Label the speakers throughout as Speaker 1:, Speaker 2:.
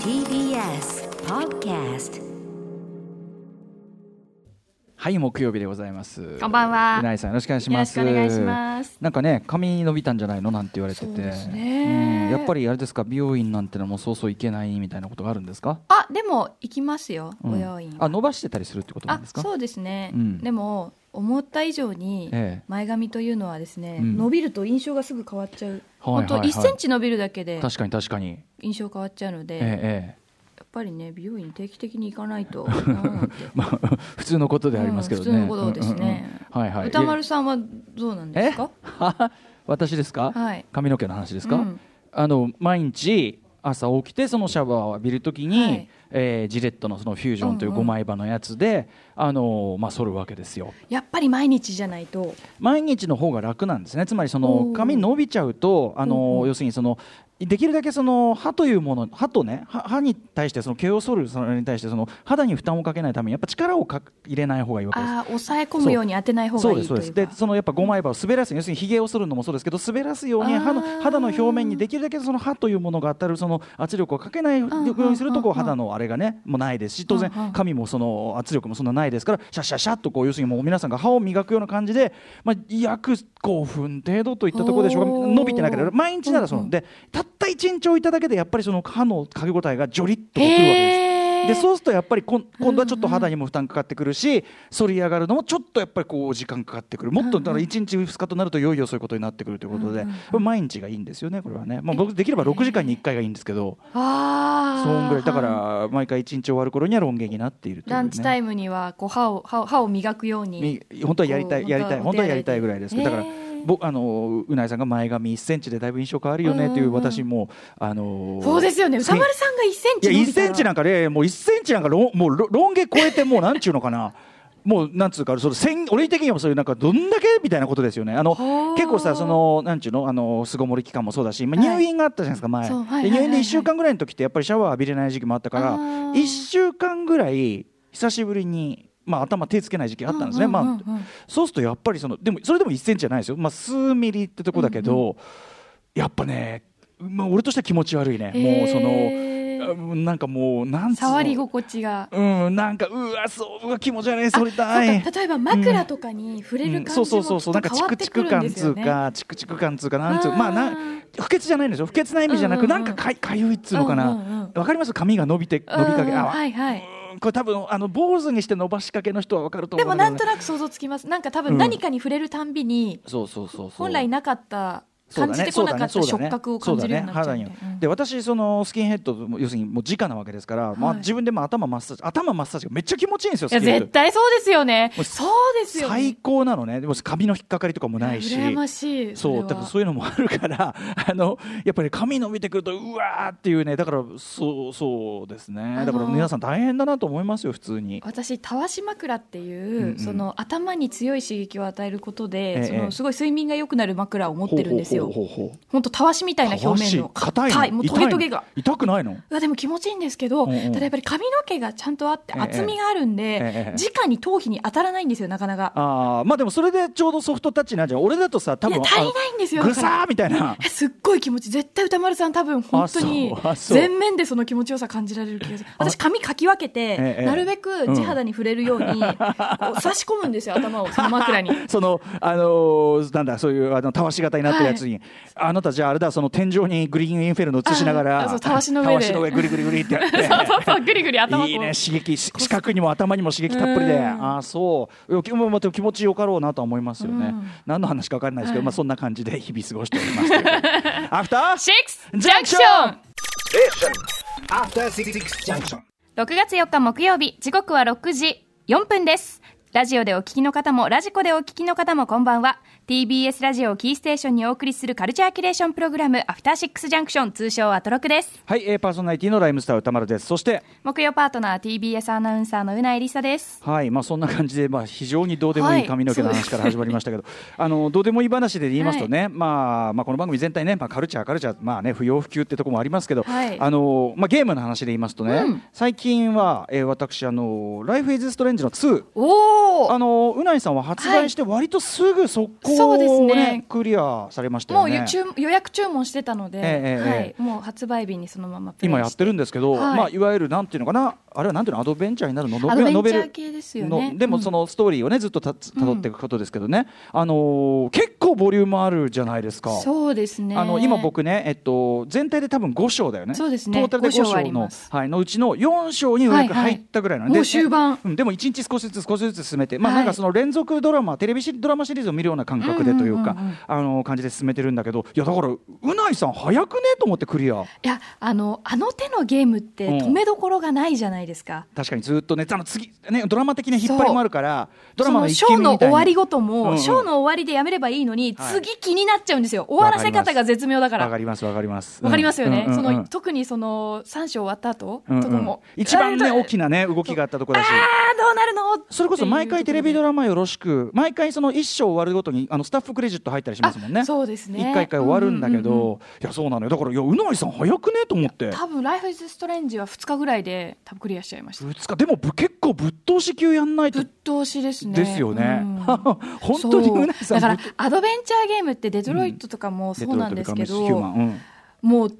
Speaker 1: TBS Podcast
Speaker 2: はい木曜日でございます
Speaker 3: こんばんは
Speaker 2: うな。いさんよろしくお願いし
Speaker 3: よろ
Speaker 2: ま
Speaker 3: し
Speaker 2: す
Speaker 3: くお願いします。
Speaker 2: なんかね髪伸びたんじゃないのなんて言われてて
Speaker 3: そうですね
Speaker 2: うんやっぱりあれですか美容院なんてのはもうそうそういけないみたいなことがあるんですか、
Speaker 3: あ、でも行きますよ。
Speaker 2: うん
Speaker 3: お用意
Speaker 2: あ伸ばしてたりするってことなんですか
Speaker 3: そうですね。
Speaker 2: うん
Speaker 3: でも思った以上に
Speaker 2: ええ
Speaker 3: 前髪というのはですね、
Speaker 2: うん
Speaker 3: 伸びると印象がすぐ変わっちゃう。
Speaker 2: はい
Speaker 3: 本当
Speaker 2: はいはい
Speaker 3: 1センチ伸びるだけで
Speaker 2: 確かに確かに、
Speaker 3: 印象変わっちゃうので、
Speaker 2: えええ
Speaker 3: やっぱりね美容院定期的に行かないとなんて
Speaker 2: えまあ普通の ことではありますけどね、
Speaker 3: うん普通のことですね
Speaker 2: うんうんうんはいはい
Speaker 3: 歌丸さんはどうなん
Speaker 2: え
Speaker 3: ですか？
Speaker 2: え 私ですか、
Speaker 3: はい
Speaker 2: 髪の毛の話ですか、
Speaker 3: うん
Speaker 2: あの毎日朝起きてそのシャワーを浴びるときに、
Speaker 3: はい
Speaker 2: えージレットのそのフュージョンという
Speaker 3: うんうん
Speaker 2: 5枚刃のやつで、あのーまあ、剃るわけですよ
Speaker 3: やっぱり毎日じゃないと
Speaker 2: 毎日の方が楽なんですねつまりそ
Speaker 3: お
Speaker 2: の
Speaker 3: ー
Speaker 2: 髪伸びちゃうとあ
Speaker 3: うん
Speaker 2: の
Speaker 3: う
Speaker 2: ー
Speaker 3: ん
Speaker 2: 要するにそのできるだけその歯というもの歯とね歯歯に対してその毛を剃るそれに対してその肌に負担をかけないためにやっぱ力をか入れない方がいいわけです。
Speaker 3: ああ抑え込むように当てない方がいい
Speaker 2: そう
Speaker 3: と
Speaker 2: で
Speaker 3: い
Speaker 2: すそううで
Speaker 3: か
Speaker 2: すで。そのやっぱ5枚刃を滑らす要するにひげを剃るのもそうですけど滑らすように
Speaker 3: あー
Speaker 2: 歯の肌の表面にできるだけその歯というものが当たるその圧力をかけないようにするとこ
Speaker 3: うんうんうんう
Speaker 2: う
Speaker 3: ん
Speaker 2: 肌のあれがねもうないですし当然
Speaker 3: うんうん
Speaker 2: 髪もその圧力もそんなないですからシャッシャッシャッとこう要するにもう皆さんが歯を磨くような感じで、まあ、約5分程度といったところでしょう
Speaker 3: お
Speaker 2: か
Speaker 3: ー
Speaker 2: 伸びてなければ毎日ならその、
Speaker 3: うんうん
Speaker 2: でたった1日置いただけでやっぱりその歯のかけ応えがジョリッとくるわけです。
Speaker 3: へー
Speaker 2: でそうするとやっぱりこん今度はちょっと肌にも負担かかってくるし反り上がるのもちょっとやっぱりこう時間かかってくるもっとだから1日2日となるといよいよそういうことになってくるということで
Speaker 3: うんうん
Speaker 2: これ毎日がいいんですよねこれはね、まあ、僕できれば6時間に1回がいいんですけど
Speaker 3: ああ
Speaker 2: そんぐらいだから毎回1日終わる頃にはロン毛になっているという、ね、
Speaker 3: ランチタイムにはこう歯を歯を歯を磨くように
Speaker 2: み本当はやりた
Speaker 3: こ
Speaker 2: いうやりたい
Speaker 3: 本当
Speaker 2: 本当
Speaker 3: は
Speaker 2: はやりたいぐらいですけどだから
Speaker 3: へー
Speaker 2: 僕あのうないさんが前髪1センチでだいぶ印象変わるよねってい
Speaker 3: うん
Speaker 2: う
Speaker 3: うん
Speaker 2: 私もあの
Speaker 3: そうですよね
Speaker 2: さ
Speaker 3: 歌丸さんが1セン
Speaker 2: いや
Speaker 3: チ伸び
Speaker 2: 1
Speaker 3: たら
Speaker 2: センチなんかねもう1センチなんかロンもうロロン毛超えてもうなんちゅうのかな もうなんつうかそのせん俺的にはそういうなんかどんだけみたいなことですよねあの
Speaker 3: はあ
Speaker 2: 結構さそのなんちゅうのあの巣ごもり期間もそうだし、まあ、
Speaker 3: はい
Speaker 2: 入院があったじゃないですか前、
Speaker 3: そうはい
Speaker 2: で
Speaker 3: はい
Speaker 2: 入
Speaker 3: はい
Speaker 2: 院で1週間ぐらいの時ってやっぱりシャワー浴びれない時期もあったか
Speaker 3: あ
Speaker 2: ら
Speaker 3: ー
Speaker 2: 1週間ぐらい久しぶりに、まあ、頭手つけない時期あったんですね、
Speaker 3: ううう
Speaker 2: まあ、そうするとやっぱりそのでもそれでも1センチじゃないですよ、まあ、数ミリってとこだけど、やっぱね、まあ、俺としては気持ち悪いね、もうその。
Speaker 3: へー
Speaker 2: あもうなんかもうなんつうの
Speaker 3: 触り心地が
Speaker 2: うんなんかうわそううわ気持ち悪い
Speaker 3: あ
Speaker 2: それだい
Speaker 3: そうか例えば枕とかに触れ
Speaker 2: う
Speaker 3: る
Speaker 2: ん
Speaker 3: 感じ
Speaker 2: そ
Speaker 3: も
Speaker 2: う
Speaker 3: き
Speaker 2: そう
Speaker 3: っ
Speaker 2: そうそ
Speaker 3: と
Speaker 2: うなんかチ
Speaker 3: 変わっ
Speaker 2: ク
Speaker 3: て
Speaker 2: チ
Speaker 3: く
Speaker 2: ク
Speaker 3: るん
Speaker 2: 感
Speaker 3: で
Speaker 2: つ
Speaker 3: すよ
Speaker 2: う
Speaker 3: ね
Speaker 2: かチクチク感つうかなんつう
Speaker 3: あー
Speaker 2: まあな不潔じゃないんですよ不潔な意味じゃなく、
Speaker 3: うんうんう
Speaker 2: なんんかかいかゆいっつうのかなわ、
Speaker 3: うんうんうん
Speaker 2: かります髪が伸びて伸びかけ、
Speaker 3: うんうん
Speaker 2: あ
Speaker 3: はいはい
Speaker 2: うんこれ多分あの坊主にして伸ばしかけの人はわかると思
Speaker 3: で
Speaker 2: う
Speaker 3: も
Speaker 2: だけ
Speaker 3: な
Speaker 2: ど
Speaker 3: ん
Speaker 2: ね
Speaker 3: となく想像つきますなんか多
Speaker 2: う
Speaker 3: 分
Speaker 2: ん
Speaker 3: 何かに触れるたんびに
Speaker 2: そうそうそうそう
Speaker 3: 本来なかった
Speaker 2: そ
Speaker 3: 感
Speaker 2: うだ
Speaker 3: じ
Speaker 2: ね
Speaker 3: てこなかった触覚を感じるようになっちゃう
Speaker 2: そ
Speaker 3: ん
Speaker 2: だ
Speaker 3: で
Speaker 2: ねそうだね肌にで私そのスキンヘッドも要するにもう直なわけですから、まあ
Speaker 3: はい
Speaker 2: 自分でも頭マッサージ頭マッサージがめっちゃ気持ちいいんですよ
Speaker 3: いや
Speaker 2: スキンヘッド
Speaker 3: 絶対そうですよね
Speaker 2: もう
Speaker 3: そうですよね
Speaker 2: 最高なのねでも髪の引っかかりとかもないし
Speaker 3: 羨ましい
Speaker 2: そう
Speaker 3: れ
Speaker 2: だか
Speaker 3: は
Speaker 2: らそういうのもあるから あのやっぱり髪伸びてくるとうわーっていうねだからそうそうですね
Speaker 3: の
Speaker 2: だから皆さん大変だなと思いますよ普通に。
Speaker 3: 私たわし枕っていう、
Speaker 2: うんうん
Speaker 3: その頭に強い刺激を与えることで、
Speaker 2: ええ
Speaker 3: そのすごい睡眠が良くなる枕を持ってるんですよ
Speaker 2: ほうほうほうほう
Speaker 3: 本当たわしみたいな表面の
Speaker 2: たわし硬いの
Speaker 3: もうトゲトゲが
Speaker 2: 痛いの痛くないの
Speaker 3: うわでも気持ちいいんですけど、
Speaker 2: うんうん
Speaker 3: ただやっぱり髪の毛がちゃんとあって
Speaker 2: ええ
Speaker 3: 厚みがあるんで、
Speaker 2: ええ
Speaker 3: 直に頭皮に当たらないんですよなかなか、
Speaker 2: あーまあでもそれでちょうどソフトタッチなんじゃん俺だとさ多
Speaker 3: いや
Speaker 2: 分
Speaker 3: 足りないんですよ
Speaker 2: ぐ
Speaker 3: だから
Speaker 2: さーみたいな
Speaker 3: えすっごい気持ち絶対歌丸さん多分本当に
Speaker 2: あそうあそう
Speaker 3: 全面でその気持ちよさ感じられる気がする私髪かき分けて、
Speaker 2: ええ
Speaker 3: なるべく地肌に触れるように、こ う差し込むんですよ頭をその枕に
Speaker 2: そのあのーなんだそういうあのたわし型になってるやつに、あなたじゃああれだその天井にグリーンインフェルノ映しなが
Speaker 3: あ
Speaker 2: ら
Speaker 3: そうたわしの上で
Speaker 2: たわしの上グリグリグリってやって
Speaker 3: そうそうそうぐりぐり頭こう
Speaker 2: いいね刺激し視覚にも頭にも刺激たっぷりで、
Speaker 3: うん
Speaker 2: ああそういや気もまた気持ちよかろうなとは思いますよね、
Speaker 3: うん
Speaker 2: 何の話か分かんないですけど、
Speaker 3: はい
Speaker 2: まあそんな感じで日々過ごしておりますけど アフター
Speaker 3: シックスジャンクション
Speaker 4: After Six Junction.
Speaker 3: 6月4日木曜日時刻は6時4分ですラジオでお聞きの方もラジコでお聞きの方もこんばんは TBS ラジオをキーステーションにお送りするカルチャーキュレーションプログラム「アフターシックスジャンクション」通称アトロクです
Speaker 2: はい、えーパーソナリティのライムスター歌丸ですそして
Speaker 3: 木曜パートナー TBS アナウンサーのうないりさです
Speaker 2: はいまあ、そんな感じで、まあ、非常にどうでもいい髪の毛の話から始まりましたけど、あのどうでもいい話で言いますとね、まあまあ、この番組全体ね、まあ、カルチャー、カルチャー、まあね、不要不急ってとこもありますけど、
Speaker 3: はい
Speaker 2: あのまあ、ゲームの話で言いますとね、
Speaker 3: うん
Speaker 2: 最近は、えー私あの、ライフ・イズ・ストレンジの2、
Speaker 3: お
Speaker 2: あのうないさんは発売して、割とすぐ速攻
Speaker 3: そうですね
Speaker 2: クリアされました
Speaker 3: も
Speaker 2: よ
Speaker 3: う
Speaker 2: ね
Speaker 3: ゆ注文予約注文してたので、
Speaker 2: えええ
Speaker 3: は
Speaker 2: え
Speaker 3: い、もう発売日にそのままプレイ
Speaker 2: 今やってるんですけど、
Speaker 3: はい
Speaker 2: まあ、いわゆるなんていうのかなあれはなんていうのアドベンチャーになるのノ
Speaker 3: ア
Speaker 2: ベ
Speaker 3: ド
Speaker 2: ラ
Speaker 3: ベ
Speaker 2: ノ
Speaker 3: ン
Speaker 2: ベ
Speaker 3: チ
Speaker 2: ル
Speaker 3: ャー系ですよね
Speaker 2: のでもそ
Speaker 3: の、
Speaker 2: のストーリーをねずっとたつ辿っていくことですけどね、あのー結構ボリュームあるじゃないですか。
Speaker 3: そうですね
Speaker 2: あの今僕ね、えっと、全体で多分5章だよね、
Speaker 3: そうですね
Speaker 2: トータルで5
Speaker 3: 五章あ
Speaker 2: 章
Speaker 3: り
Speaker 2: の
Speaker 3: ます
Speaker 2: はい、のうちの4章にようやく入ったぐらいなので、
Speaker 3: はいはいもう終盤
Speaker 2: うんでも1日少しずつ少しずつ進めて、まあ、
Speaker 3: はい
Speaker 2: なんかその連続ドラマ、テレビシリドラマシリーズを見るような感覚でというか、
Speaker 3: うんうんうんうん
Speaker 2: あの感じで進めてるんだけど、いやだから、うないさん、早くねと思ってクリア、
Speaker 3: いやあのあの手のゲームって
Speaker 2: うん
Speaker 3: 止めどころがないじゃないですか、
Speaker 2: 確かにずっとね、あの次ねドラマ的な引っ張りもあるから、ドラ
Speaker 3: そ
Speaker 2: マの
Speaker 3: の
Speaker 2: 一
Speaker 3: シ
Speaker 2: 気
Speaker 3: ョー
Speaker 2: 見み
Speaker 3: の
Speaker 2: たい
Speaker 3: 終
Speaker 2: に
Speaker 3: わりごと
Speaker 2: うんうん
Speaker 3: も、ショーの終わりでやめればいいのに、
Speaker 2: はい
Speaker 3: 次気になっちゃうんですよ、終わらせ方が絶妙だから。
Speaker 2: わかりますわかります
Speaker 3: わかりますよね、
Speaker 2: うんうんうん
Speaker 3: その特にその3章終わった後、
Speaker 2: うんうん
Speaker 3: とかも
Speaker 2: 一番ね大き
Speaker 3: な
Speaker 2: なね動きがあったところだし
Speaker 3: あーどうなるの
Speaker 2: それこそ毎回テレビド
Speaker 3: ラ
Speaker 2: ラマよろしく毎回その一章終わるごとにあのスタッフクレジット入ったりしますもんね
Speaker 3: そうですね
Speaker 2: 一回一回終わるんだけど、
Speaker 3: うううん
Speaker 2: いやそうなのよだからいやうないさん早くねと思って
Speaker 3: 多分ライフイズストレンジは2日ぐらいで多分クリアしちゃいました
Speaker 2: ぶつかでもぶ結構ぶっ通し級やんないと
Speaker 3: ぶっ通しですね
Speaker 2: ですよね、
Speaker 3: うん
Speaker 2: 本当にうない
Speaker 3: そ
Speaker 2: さ
Speaker 3: うんだ
Speaker 2: ぶ
Speaker 3: からアドベンチャーゲームってデトロイトとかも
Speaker 2: デ
Speaker 3: そ
Speaker 2: ト
Speaker 3: う
Speaker 2: ロ
Speaker 3: な
Speaker 2: イ
Speaker 3: んで
Speaker 2: トビ
Speaker 3: す
Speaker 2: カ
Speaker 3: け
Speaker 2: ムス
Speaker 3: ど、
Speaker 2: ヒューマンうん
Speaker 3: もう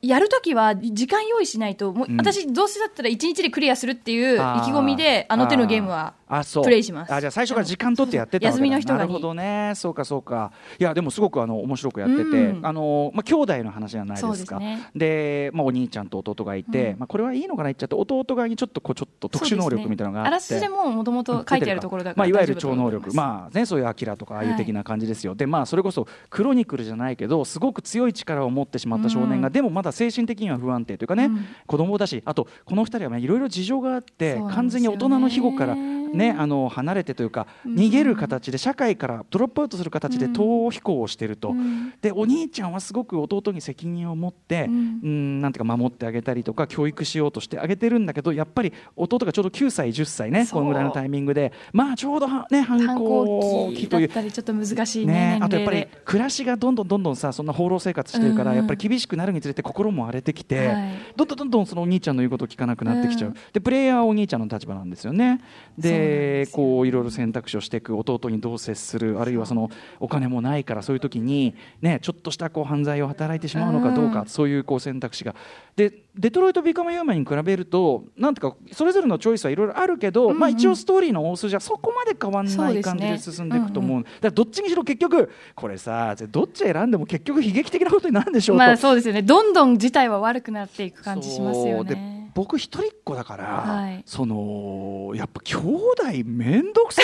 Speaker 3: やるときは時間用意しないともう、
Speaker 2: うん
Speaker 3: 私どうせだったら1日でクリアするっていう意気
Speaker 2: あー
Speaker 3: 込みであの手のゲームは
Speaker 2: あそう
Speaker 3: プレイします
Speaker 2: あじゃあ最初から時間取ってやってたわけだ
Speaker 3: そうそう休みの人が
Speaker 2: ない
Speaker 3: い
Speaker 2: るほどねそうかそうかいやでもすごくあの面白くやってて、
Speaker 3: うん
Speaker 2: あのまあ兄弟の話じゃない
Speaker 3: そう
Speaker 2: で
Speaker 3: ですす
Speaker 2: か
Speaker 3: ね
Speaker 2: で、まあ、お兄ちゃんと弟がいて、
Speaker 3: うん
Speaker 2: まあ、これはいいのかな言っちゃって弟側にちょっとこうちょっと特殊能力みたいなのがあって。
Speaker 3: あらすじでももともと書いてあるところだから
Speaker 2: まあ、いわゆる
Speaker 3: 大丈夫
Speaker 2: 超
Speaker 3: だと
Speaker 2: 能
Speaker 3: 思い
Speaker 2: 力
Speaker 3: す
Speaker 2: まあねそういうアキラとかああいう的な感じですよ、でまあそれこそクロニクルじゃないけどすごく強い力を持ってしまった少年が、
Speaker 3: うん
Speaker 2: でもまだ精神的には不安定というかね、
Speaker 3: うん
Speaker 2: 子供だしあとこの二人はねいろいろ事情があって、
Speaker 3: そうなんですよね
Speaker 2: 完全に大人の庇護からねあの離れてというか
Speaker 3: うん
Speaker 2: 逃げる形で社会からドロップアウトする形で
Speaker 3: うん
Speaker 2: 逃避行をしてると、
Speaker 3: うん
Speaker 2: でお兄ちゃんはすごく弟に責任を持って、
Speaker 3: う
Speaker 2: う
Speaker 3: んん、
Speaker 2: なんていうか守ってあげたりとか教育しようとしてあげてるんだけどやっぱり弟がちょうど9歳10歳ね
Speaker 3: そう
Speaker 2: このぐらいのタイミングでまあちょうどは、ね、反
Speaker 3: 反
Speaker 2: 抗
Speaker 3: 抗
Speaker 2: 期
Speaker 3: 期
Speaker 2: と
Speaker 3: だ
Speaker 2: い
Speaker 3: っ
Speaker 2: う。
Speaker 3: たりちょっと難しいね
Speaker 2: ね、あと
Speaker 3: 年
Speaker 2: やっぱ
Speaker 3: 齢
Speaker 2: り
Speaker 3: で
Speaker 2: 暮らしがどんどんどんどんさそんな放浪生活してるから、
Speaker 3: うん
Speaker 2: やっぱり厳しくなるにつれて心も荒れてきて、
Speaker 3: はい
Speaker 2: どんどんどんどんそのお兄ちゃんの言うことを聞かなくなってきちゃう、
Speaker 3: うん
Speaker 2: でプレイヤーはお兄ちゃんの立場なんですよね
Speaker 3: そ
Speaker 2: で
Speaker 3: うなんですよ
Speaker 2: こういろいろ選択肢をしていく弟にどう接するあるいはそのお金もないからそういう時に、ね、ちょっとしたこう犯罪を働いてしまうのかどうか、
Speaker 3: うん
Speaker 2: そういうこう選択肢がでデトロイト・ビカム・ユーマンに比べるとなんていうかそれぞれのチョイスはいろいろあるけど、
Speaker 3: うんうん
Speaker 2: まあ、一応ストーリーの大筋はそこまで変わんない感じで進んでいくと思うだからどっちにしろ結局これさどっち選んでも結局悲劇的なことになるんでしょうと、
Speaker 3: まあそうですよねどんどん事態は悪くなっていく感じします
Speaker 2: そ
Speaker 3: よ
Speaker 2: うで
Speaker 3: ね
Speaker 2: 僕一人っ子だから、
Speaker 3: はい
Speaker 2: そのやっぱ兄弟めんどくさ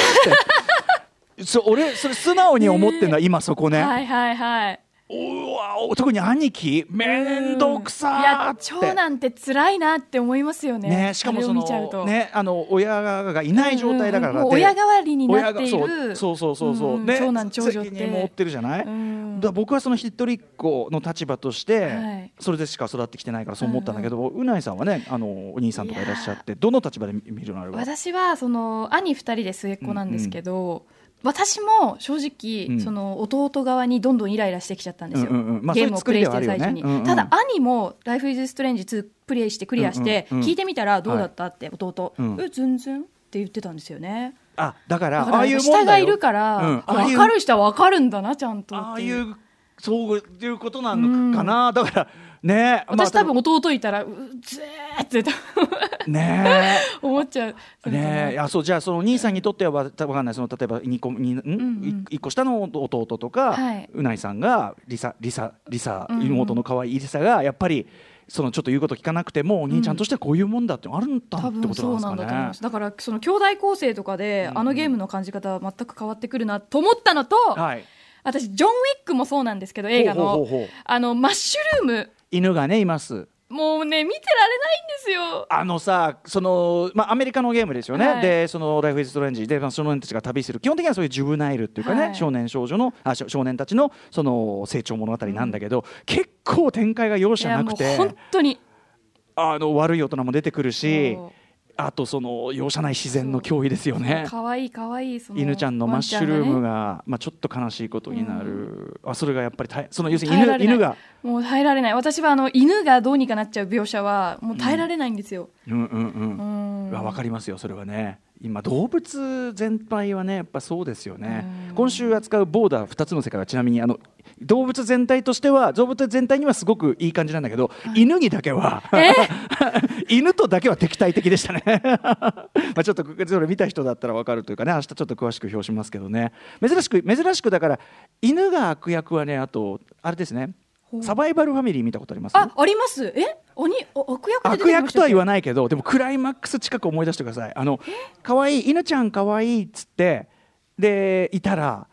Speaker 2: って そ俺それ素直に思ってるのは今そこね、
Speaker 3: はいはいはいう
Speaker 2: わお特に兄貴めんどく
Speaker 3: い
Speaker 2: さー
Speaker 3: や
Speaker 2: って
Speaker 3: 長男って辛いなって思いますよね
Speaker 2: ね、しかもそ
Speaker 3: あれを見ちゃう
Speaker 2: の
Speaker 3: と、
Speaker 2: ねあの親がいない状態だから、
Speaker 3: うんうんもう
Speaker 2: で
Speaker 3: 親代わりになってい
Speaker 2: 親が
Speaker 3: る
Speaker 2: そうそうそうそうそう、
Speaker 3: んん
Speaker 2: ね
Speaker 3: 長男長女って
Speaker 2: 責任も負ってるじゃない、
Speaker 3: うん
Speaker 2: だから僕はその一人っ子の立場として、
Speaker 3: はい
Speaker 2: それでしか育ってきてないからそう思ったんだけど、うないさんはねあのお兄さんとかいらっしゃってどの立場で見見るのあれば
Speaker 3: 私はその兄2人で末っ子なんですけど、私も正直、
Speaker 2: うん
Speaker 3: その弟側にどんどんイライラしてきちゃったんですよ、
Speaker 2: うんうんうんまあ
Speaker 3: ゲームをプレイして
Speaker 2: そうい
Speaker 3: る
Speaker 2: う作
Speaker 3: 最
Speaker 2: りで
Speaker 3: 初に、
Speaker 2: はあるよねうんうん
Speaker 3: ただ兄も「ライフイズストレンジ2」プレイしてクリアして、
Speaker 2: うんうんうん
Speaker 3: 聞いてみたらどうだったって弟「
Speaker 2: うん
Speaker 3: え全然」って言ってたんですよね
Speaker 2: あだか
Speaker 3: だ
Speaker 2: ら
Speaker 3: か
Speaker 2: ああ
Speaker 3: ら
Speaker 2: いうも
Speaker 3: 下
Speaker 2: んだ
Speaker 3: が
Speaker 2: よ
Speaker 3: いるから、
Speaker 2: うん
Speaker 3: あ
Speaker 2: ああいう
Speaker 3: 分かる人は分かるんだなちゃんと
Speaker 2: あ
Speaker 3: っ
Speaker 2: あ
Speaker 3: て
Speaker 2: い
Speaker 3: いう
Speaker 2: うそういうことなのかな、だからね
Speaker 3: 私
Speaker 2: まあ
Speaker 3: 多分弟いたら「うぜー」って多分
Speaker 2: ね
Speaker 3: 思っちゃうそれかな
Speaker 2: ねえ、あ、そう、じゃあ、そのお兄さんにとっては、わたわかんない、その、例えば、二個、に、ん、
Speaker 3: ん
Speaker 2: 一個下の弟とか。
Speaker 3: はいう
Speaker 2: ないさんが、りさ、りさ、りさ、
Speaker 3: うんうん
Speaker 2: 妹の可愛いりさが、やっぱり。その、ちょっと言うこと聞かなくても、お兄ちゃんとしてはこういうもんだって、あるんだ
Speaker 3: 多
Speaker 2: ってこ
Speaker 3: 分
Speaker 2: と
Speaker 3: そう
Speaker 2: な
Speaker 3: なんん
Speaker 2: で
Speaker 3: だと思
Speaker 2: す
Speaker 3: い
Speaker 2: か
Speaker 3: ま
Speaker 2: ね
Speaker 3: す。だからその兄弟構成とかで、
Speaker 2: うん
Speaker 3: あのゲームの感じ方は全く変わってくるなと思ったのと、
Speaker 2: はい。
Speaker 3: 私ジョン・ウィックもそうなんですけど映画の
Speaker 2: ほうほうほうほう
Speaker 3: あのマッシュルーム
Speaker 2: 犬がね、います。
Speaker 3: もうね見てられないんですよ
Speaker 2: あのさ、その、まあ、アメリカのゲームですよね。
Speaker 3: はい
Speaker 2: で、その、ライフイズストレンジで、まあ、少年たちが旅する。基本的にはそういうジュブナイルっていうかね、
Speaker 3: はい
Speaker 2: 少年少女の、あ、少少年たちの、その、成長物語なんだけど、結構展開が容
Speaker 3: い
Speaker 2: 赦
Speaker 3: や
Speaker 2: な
Speaker 3: も
Speaker 2: く
Speaker 3: う
Speaker 2: て。
Speaker 3: 本当に
Speaker 2: あの悪い大人も出てくるし
Speaker 3: そう
Speaker 2: あとその容赦ない自然の脅威ですよね。
Speaker 3: 可愛い可愛いその
Speaker 2: 犬ちゃんのマッシュルーム
Speaker 3: ワンちゃんがね
Speaker 2: が、まあ、ちょっと悲しいことになる、あそれがやっぱり大その要するに
Speaker 3: 耐えら
Speaker 2: 犬
Speaker 3: れない
Speaker 2: 犬が、
Speaker 3: もう耐えられない私はあの犬がどうにかなっちゃう描写はもう耐えられないんですよ、
Speaker 2: うんうんうん
Speaker 3: うん
Speaker 2: うわ分かりますよそれはね今動物全体はねやっぱそうですよね今週扱うボーダー2つの世界はちなみにあの動物全体としては動物全体にはすごくいい感じなんだけど、犬にだけは 犬とだけは敵対的でしたね まあちょっとそれ見た人だったらわかるというかね明日ちょっと詳しく表しますけどね珍しく珍しくだから犬が悪役はねあとあれですねサバイバルファミリー見たことあります
Speaker 5: あ、あります。え、鬼、お悪役で出て
Speaker 2: 悪
Speaker 5: きま
Speaker 2: 役
Speaker 5: し
Speaker 2: と
Speaker 5: た
Speaker 2: は
Speaker 5: っけ
Speaker 2: 言わないけどでもクライマックス近く思い出してくださいあの可愛い犬ちゃん可愛いっつってでいたら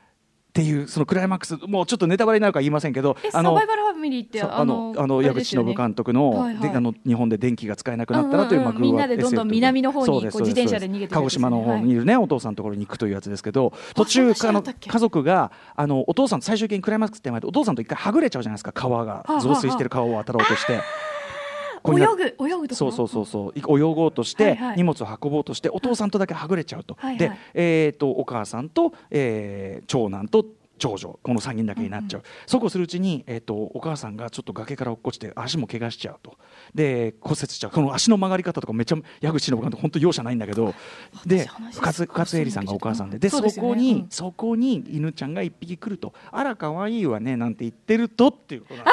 Speaker 2: っていうそのクライマックスもうちょっとネタバレになるから言いませんけど
Speaker 5: え、サ
Speaker 2: あ
Speaker 5: バ
Speaker 2: の
Speaker 5: イバルファミリーって、
Speaker 2: そう
Speaker 5: あ
Speaker 2: あの
Speaker 5: の、
Speaker 2: あの
Speaker 5: あれ
Speaker 2: 矢
Speaker 5: で
Speaker 2: 口
Speaker 5: すよ
Speaker 2: 信
Speaker 5: ね
Speaker 2: 監督の、
Speaker 5: はいはい
Speaker 2: であの日本で電気が使えなくなったらという、
Speaker 5: うんうんうん
Speaker 2: まあ
Speaker 5: みんなでどんどん
Speaker 2: SF
Speaker 5: 南の方に
Speaker 2: そうす
Speaker 5: こう自転車で
Speaker 2: そうす
Speaker 5: 逃げてるやつですね
Speaker 2: 鹿児島の方にいるね、お父さんのところに行くというやつですけど途中
Speaker 5: そ
Speaker 2: か
Speaker 5: んな話だ
Speaker 2: の
Speaker 5: ったっけ
Speaker 2: 家族があのお父さん最終的にクライマックス手前でお父さんと一回はぐれちゃうじゃないですか川が
Speaker 5: あはあ
Speaker 2: 増水してる川を渡ろうとして。こん
Speaker 5: 泳
Speaker 2: な
Speaker 5: ぐ、泳ぐところ。
Speaker 2: そうそうそうそうい泳ごうとして、
Speaker 5: はいはい
Speaker 2: 荷物を運ぼうとしてお父さんとだけはぐれちゃうと、
Speaker 5: はいはい
Speaker 2: で、えー、とお母さんと、えー長男と長女この3人だけになっちゃう、そうこうするうちに、えー、とお母さんがちょっと崖から落っこちて足も怪我しちゃうとで骨折しちゃうこの足の曲がり方とかめっちゃ矢口忍監督本当容赦ないんだけどで
Speaker 5: 話
Speaker 2: 深津深津絵里さんがお母さんでで
Speaker 5: そ
Speaker 2: そう
Speaker 5: ですよね
Speaker 2: こに、
Speaker 5: うん
Speaker 2: そこに犬ちゃんが1匹来るとあら可愛いわねなんて言ってるとっていうことなんで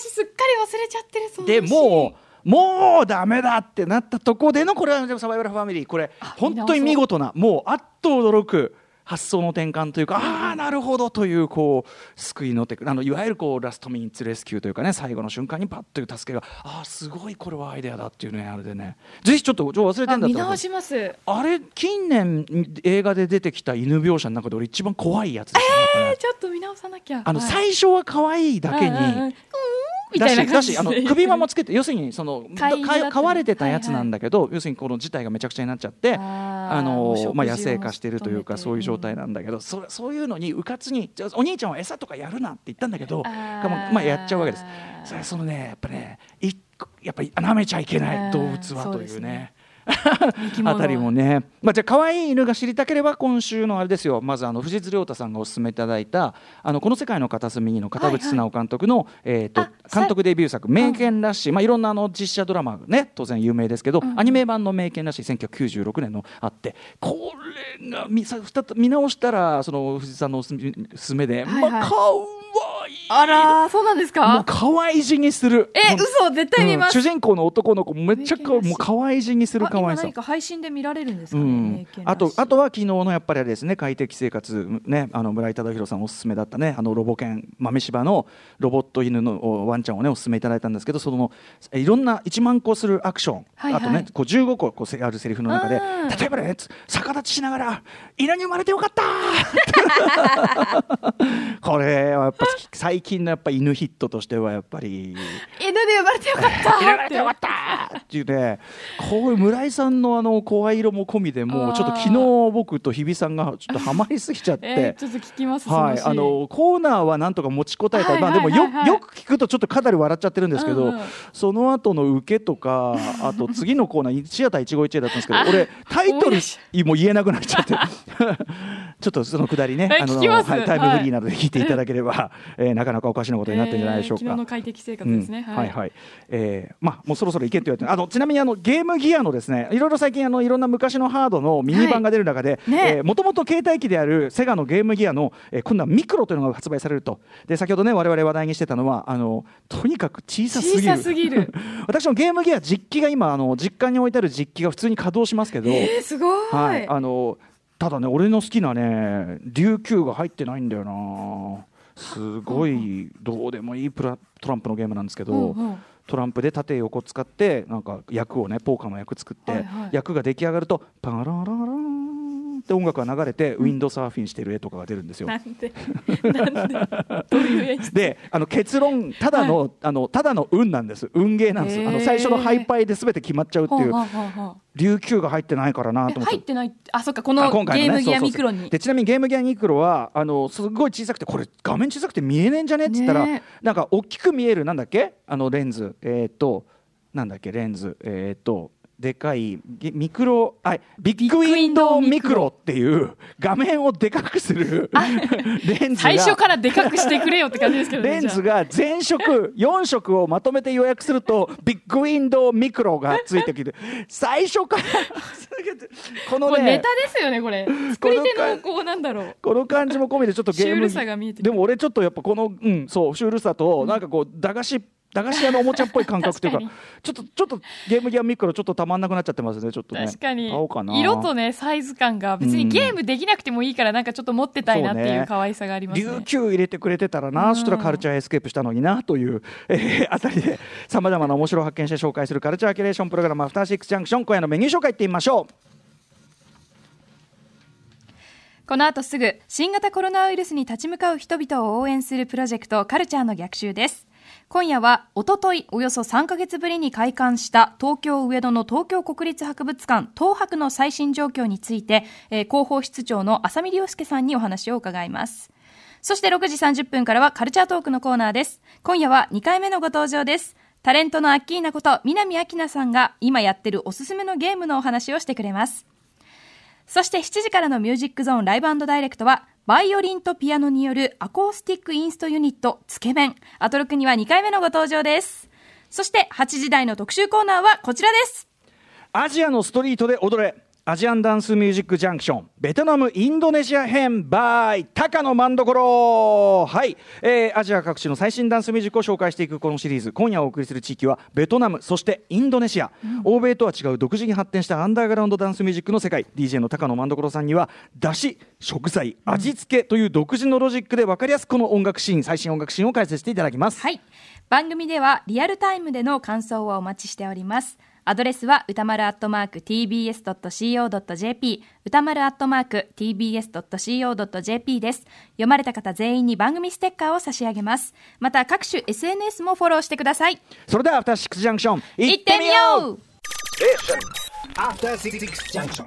Speaker 2: す
Speaker 5: 私すっかり忘れちゃってる。その
Speaker 2: で
Speaker 5: シーン
Speaker 2: もうもうダメだってなったとこでのこれはでもサバイバルファミリーこれ本当に見事なもうあっと驚く発想の転換というかああなるほどというこう救いのテクあのいわゆるこうラストミニッツレスキューというかね最後の瞬間にパッという助けがああすごいこれはアイデアだっていうねあれでねぜひちょっとちょっと忘れて
Speaker 5: あ
Speaker 2: んだっ
Speaker 5: 見
Speaker 2: たら
Speaker 5: 直します。
Speaker 2: あれ近年映画で出てきた犬描写の中で俺一番怖いやつですねこれね
Speaker 5: えちょっと見直さなきゃ。
Speaker 2: あの
Speaker 5: はい
Speaker 2: 最初は可愛いだけ
Speaker 5: うんうんうんう
Speaker 2: に
Speaker 5: んみたいな感
Speaker 2: だ
Speaker 5: じ
Speaker 2: し
Speaker 5: で
Speaker 2: だしあの首輪もつけて要するにその
Speaker 5: 飼い犬だったり
Speaker 2: か飼われてたやつなんだけど、要するにこの事態がめちゃくちゃになっちゃって
Speaker 5: あー
Speaker 2: あ
Speaker 5: もう
Speaker 2: の
Speaker 5: 食事を
Speaker 2: まあ、野生化してるという
Speaker 5: 求め
Speaker 2: か
Speaker 5: て
Speaker 2: そういう状態なんだけど、そそういうのにうかつにじゃあお兄ちゃんは餌とかやるなって言ったんだけど
Speaker 5: あー
Speaker 2: かままあ、やっちゃうわけです。それそのねやっぱねいやっぱり舐めちゃいけな
Speaker 5: うん
Speaker 2: い動物はとい
Speaker 5: そうです
Speaker 2: うね
Speaker 5: ね。き物
Speaker 2: あ
Speaker 5: は
Speaker 2: たりもね、まあ、じゃあ可愛い犬が知りたければ今週のあれですよまずあの藤津亮太さんがお勧めいただいた「あのこの世界の片隅に」の片渕素直監督の、えーと
Speaker 5: あさ
Speaker 2: 監督デビュー作「名犬らしい」まあ、いろんなあの実写ドラマね当然有名ですけど、アニメ版の「名犬らしい」1996年のあってこれが見さ再見直したらその藤津さんのおすすめ勧めで、
Speaker 5: はいはい
Speaker 2: まあ可愛い
Speaker 5: あらー、そうなんです
Speaker 2: も
Speaker 5: か。
Speaker 2: う可愛い字にする
Speaker 5: え、
Speaker 2: もう
Speaker 5: 嘘、絶対見
Speaker 2: うん
Speaker 5: ます。
Speaker 2: 主人公の男の子めっちゃか
Speaker 5: 名犬らしい
Speaker 2: もう可愛い字にする
Speaker 5: あ
Speaker 2: 可
Speaker 5: 今
Speaker 2: 愛さ
Speaker 5: 何か配信で見られるんです
Speaker 2: う
Speaker 5: かね。
Speaker 2: ん
Speaker 5: 名犬、らし
Speaker 2: あ
Speaker 5: い
Speaker 2: とあとは昨日のやっぱりあれですね快適生活ねあの村井忠宏さんおすすめだったねあのロボ犬豆柴のロボット犬のおワンちゃんをねおすすめいただいたんですけどそのえいろんな1万個するアクション、
Speaker 5: はいはい
Speaker 2: あとねこう15個こうせあるセリフの中で
Speaker 5: うん
Speaker 2: 例えばねつ逆立ちしながら犬に生まれてよかった これはやっぱ最近のやっぱ犬ヒットとしてはやっぱり。
Speaker 5: 犬で生まれてよかった。
Speaker 2: 入れられてよかったっていうね、こういう村井さんのあの声色も込みでも
Speaker 5: あ
Speaker 2: う
Speaker 5: ー
Speaker 2: ちょっと昨日僕と日比さんがちょっとハマりすぎちゃっ
Speaker 5: え
Speaker 2: て
Speaker 5: ー、。ちょっと聞きます。
Speaker 2: はい、
Speaker 5: そ
Speaker 2: あ
Speaker 5: のシーン
Speaker 2: のコーナーはなんとか持ちこたえた、
Speaker 5: はいはいはいはい
Speaker 2: まあ、でもよよく聞くとちょっとかなり笑っちゃってるんですけど、
Speaker 5: うんうん
Speaker 2: その後の受けとかあと次のコーナーシアター一期一会だったんですけど俺タイト
Speaker 5: 思い
Speaker 2: ル
Speaker 5: 出し
Speaker 2: も言えなくなっ ちゃってちょっとそのくだりね
Speaker 5: はい聞きます
Speaker 2: はい、タイムフリーなどで聞いていただければ、えーなかなかおかしなことになってるんじゃないでしょうか。
Speaker 5: えー昨日の快適生活ですね。
Speaker 2: うん、はいはい、えーまあもうそろそろいけって言われてあのちなみにあのゲームギアのですねいろいろ最近あのいろんな昔のハードのミニ版が出る中で、
Speaker 5: いね
Speaker 2: えーもともと携帯機であるセガのゲームギアの、えー今度はミクロというのが発売されるとで先ほどね我々話題にしてたのはあのとにかく小さすぎる
Speaker 5: 小さすぎる
Speaker 2: 私のゲームギア実機が今あの実家に置いてある実機が普通に稼働しますけど、
Speaker 5: えー、すごい。
Speaker 2: はい、あのただね俺の好きなね琉球が入ってないんだよなすごいどうでもいいプラトランプのゲームなんですけど、
Speaker 5: うんうん
Speaker 2: トランプで縦横使ってなんか役をねポーカーの役作って、
Speaker 5: はいはい
Speaker 2: 役が出来上がるとパララランって音楽が流れてウィンドサーフィンしてる絵とかが出るんですよ。
Speaker 5: なんで、なんで、どういう演出
Speaker 2: であの結論ただの,、あのただの運なんです運ゲーなんです、あ
Speaker 5: へ
Speaker 2: の
Speaker 5: ー
Speaker 2: 最初のハイパイで全て決まっちゃうっていう、
Speaker 5: はあはあはあ
Speaker 2: 琉球が入ってないからな
Speaker 5: え
Speaker 2: と思って
Speaker 5: 入ってないあそっかこ
Speaker 2: あ
Speaker 5: の
Speaker 2: 今回
Speaker 5: ゲー
Speaker 2: のね
Speaker 5: ムギア
Speaker 2: そうそうそう
Speaker 5: ミクロに
Speaker 2: でちなみにゲームギアミクロはあのすごい小さくてこれ画面小さくて見えねえんじゃねえって言ったら、
Speaker 5: ね
Speaker 2: なんか大きく見えるなんだっけあのレンズえっ、となんだっけレンズえっ、とでかいげミクロあビッグウ
Speaker 3: ビッグウ
Speaker 2: ィ
Speaker 3: ィ
Speaker 2: ン
Speaker 3: ン
Speaker 2: ド
Speaker 3: ド
Speaker 2: ウ
Speaker 3: ウ
Speaker 2: ミ
Speaker 3: ミ
Speaker 2: ク
Speaker 3: ク
Speaker 2: ロ
Speaker 3: ロ
Speaker 2: っていう画面をでかくする レンズ
Speaker 3: 最初
Speaker 2: が
Speaker 3: からでかくしてくれよって感じですけどね
Speaker 2: レンズ
Speaker 3: が
Speaker 2: が全色4色をまとめて予約するとビッグウィンドウミクロがついてきて最 初からこの
Speaker 3: これネ
Speaker 2: ね
Speaker 3: タですよねこれ作り手のこうなんだろう
Speaker 2: この感じも込みでちょっとゲー
Speaker 3: シ
Speaker 2: ム
Speaker 3: ュールさが見えてくる
Speaker 2: でも俺ちょっとやっぱこのうんそうシュールさとなんかこう駄菓子駄菓子屋のおもちゃっぽい感覚っていうか
Speaker 3: 確か
Speaker 2: ちょっとちょっとゲームギアミクロちょっとたまんなくなっちゃってますねちょっとね
Speaker 3: 確かに
Speaker 2: 買おうかな
Speaker 3: 色とねサイズ感が別
Speaker 2: うん
Speaker 3: にゲームできなくてもいいからなんかちょっと持ってたいなって
Speaker 2: そう
Speaker 3: い
Speaker 2: ね
Speaker 3: う可愛さがありますね
Speaker 2: 琉球入れてくれてたらな、そしたらカルチャーエスケープしたのになという、えーあたりでさまざまな面白を発見して紹介するカルチャーキュレーションプログラム「アフターシックスジャンクション」今夜のメニュー紹介いってみましょう。
Speaker 6: この後すぐ新型コロナウイルスに立ち向かう人々を応援するプロジェクトカルチャーの逆襲です今夜はおとといおよそ3ヶ月ぶりに開館した東京上野の東京国立博物館東博の最新状況について、えー広報室長の浅見亮介さんにお話を伺いますそして6時30分からはカルチャートークのコーナーです今夜は2回目のご登場ですタレントのアッキーナこと南明奈さんが今やってるおすすめのゲームのお話をしてくれますそして7時からのミュージックゾーンライブダイレクトは、バイオリンとピアノによるアコースティックインストユニット、つけ麺。アトロクには2回目のご登場です。そして8時台の特集コーナーはこちらです。
Speaker 2: アジアのストリートで踊れアジアンダンスミュージックジャンクションベトナムインドネシア編 by 高野万所はい、えーアジア各地の最新ダンスミュージックを紹介していくこのシリーズ今夜お送りする地域はベトナムそしてインドネシア、欧米とは違う独自に発展したアンダーグラウンドダンスミュージックの世界 DJ の高野万所さんにはだし食材味付けという独自のロジックで分かりやすくこの音楽シーン最新音楽シーンを解説していただきます、
Speaker 6: はい。番組ではリアルタイムでの感想をお待ちしております。アドレスは歌丸アットマーク tbs.co.jp 歌丸アットマーク tbs.co.jp です。読まれた方全員に番組ステッカーを差し上げます。また各種 SNS もフォローしてください。
Speaker 2: それではアフターシックスジャンクション
Speaker 6: 行ってみよう
Speaker 4: Station. After Six Junction.